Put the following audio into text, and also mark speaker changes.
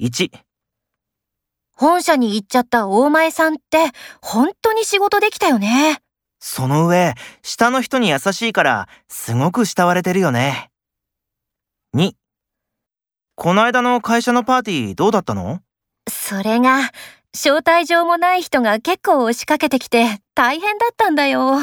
Speaker 1: 1、
Speaker 2: 本社に行っちゃった大前さんって、本当に仕事できたよね。
Speaker 1: その上、下の人に優しいから、すごく慕われてるよね。2、こないだの会社のパーティーどうだったの
Speaker 2: それが、招待状もない人が結構押しかけてきて、大変だったんだよ。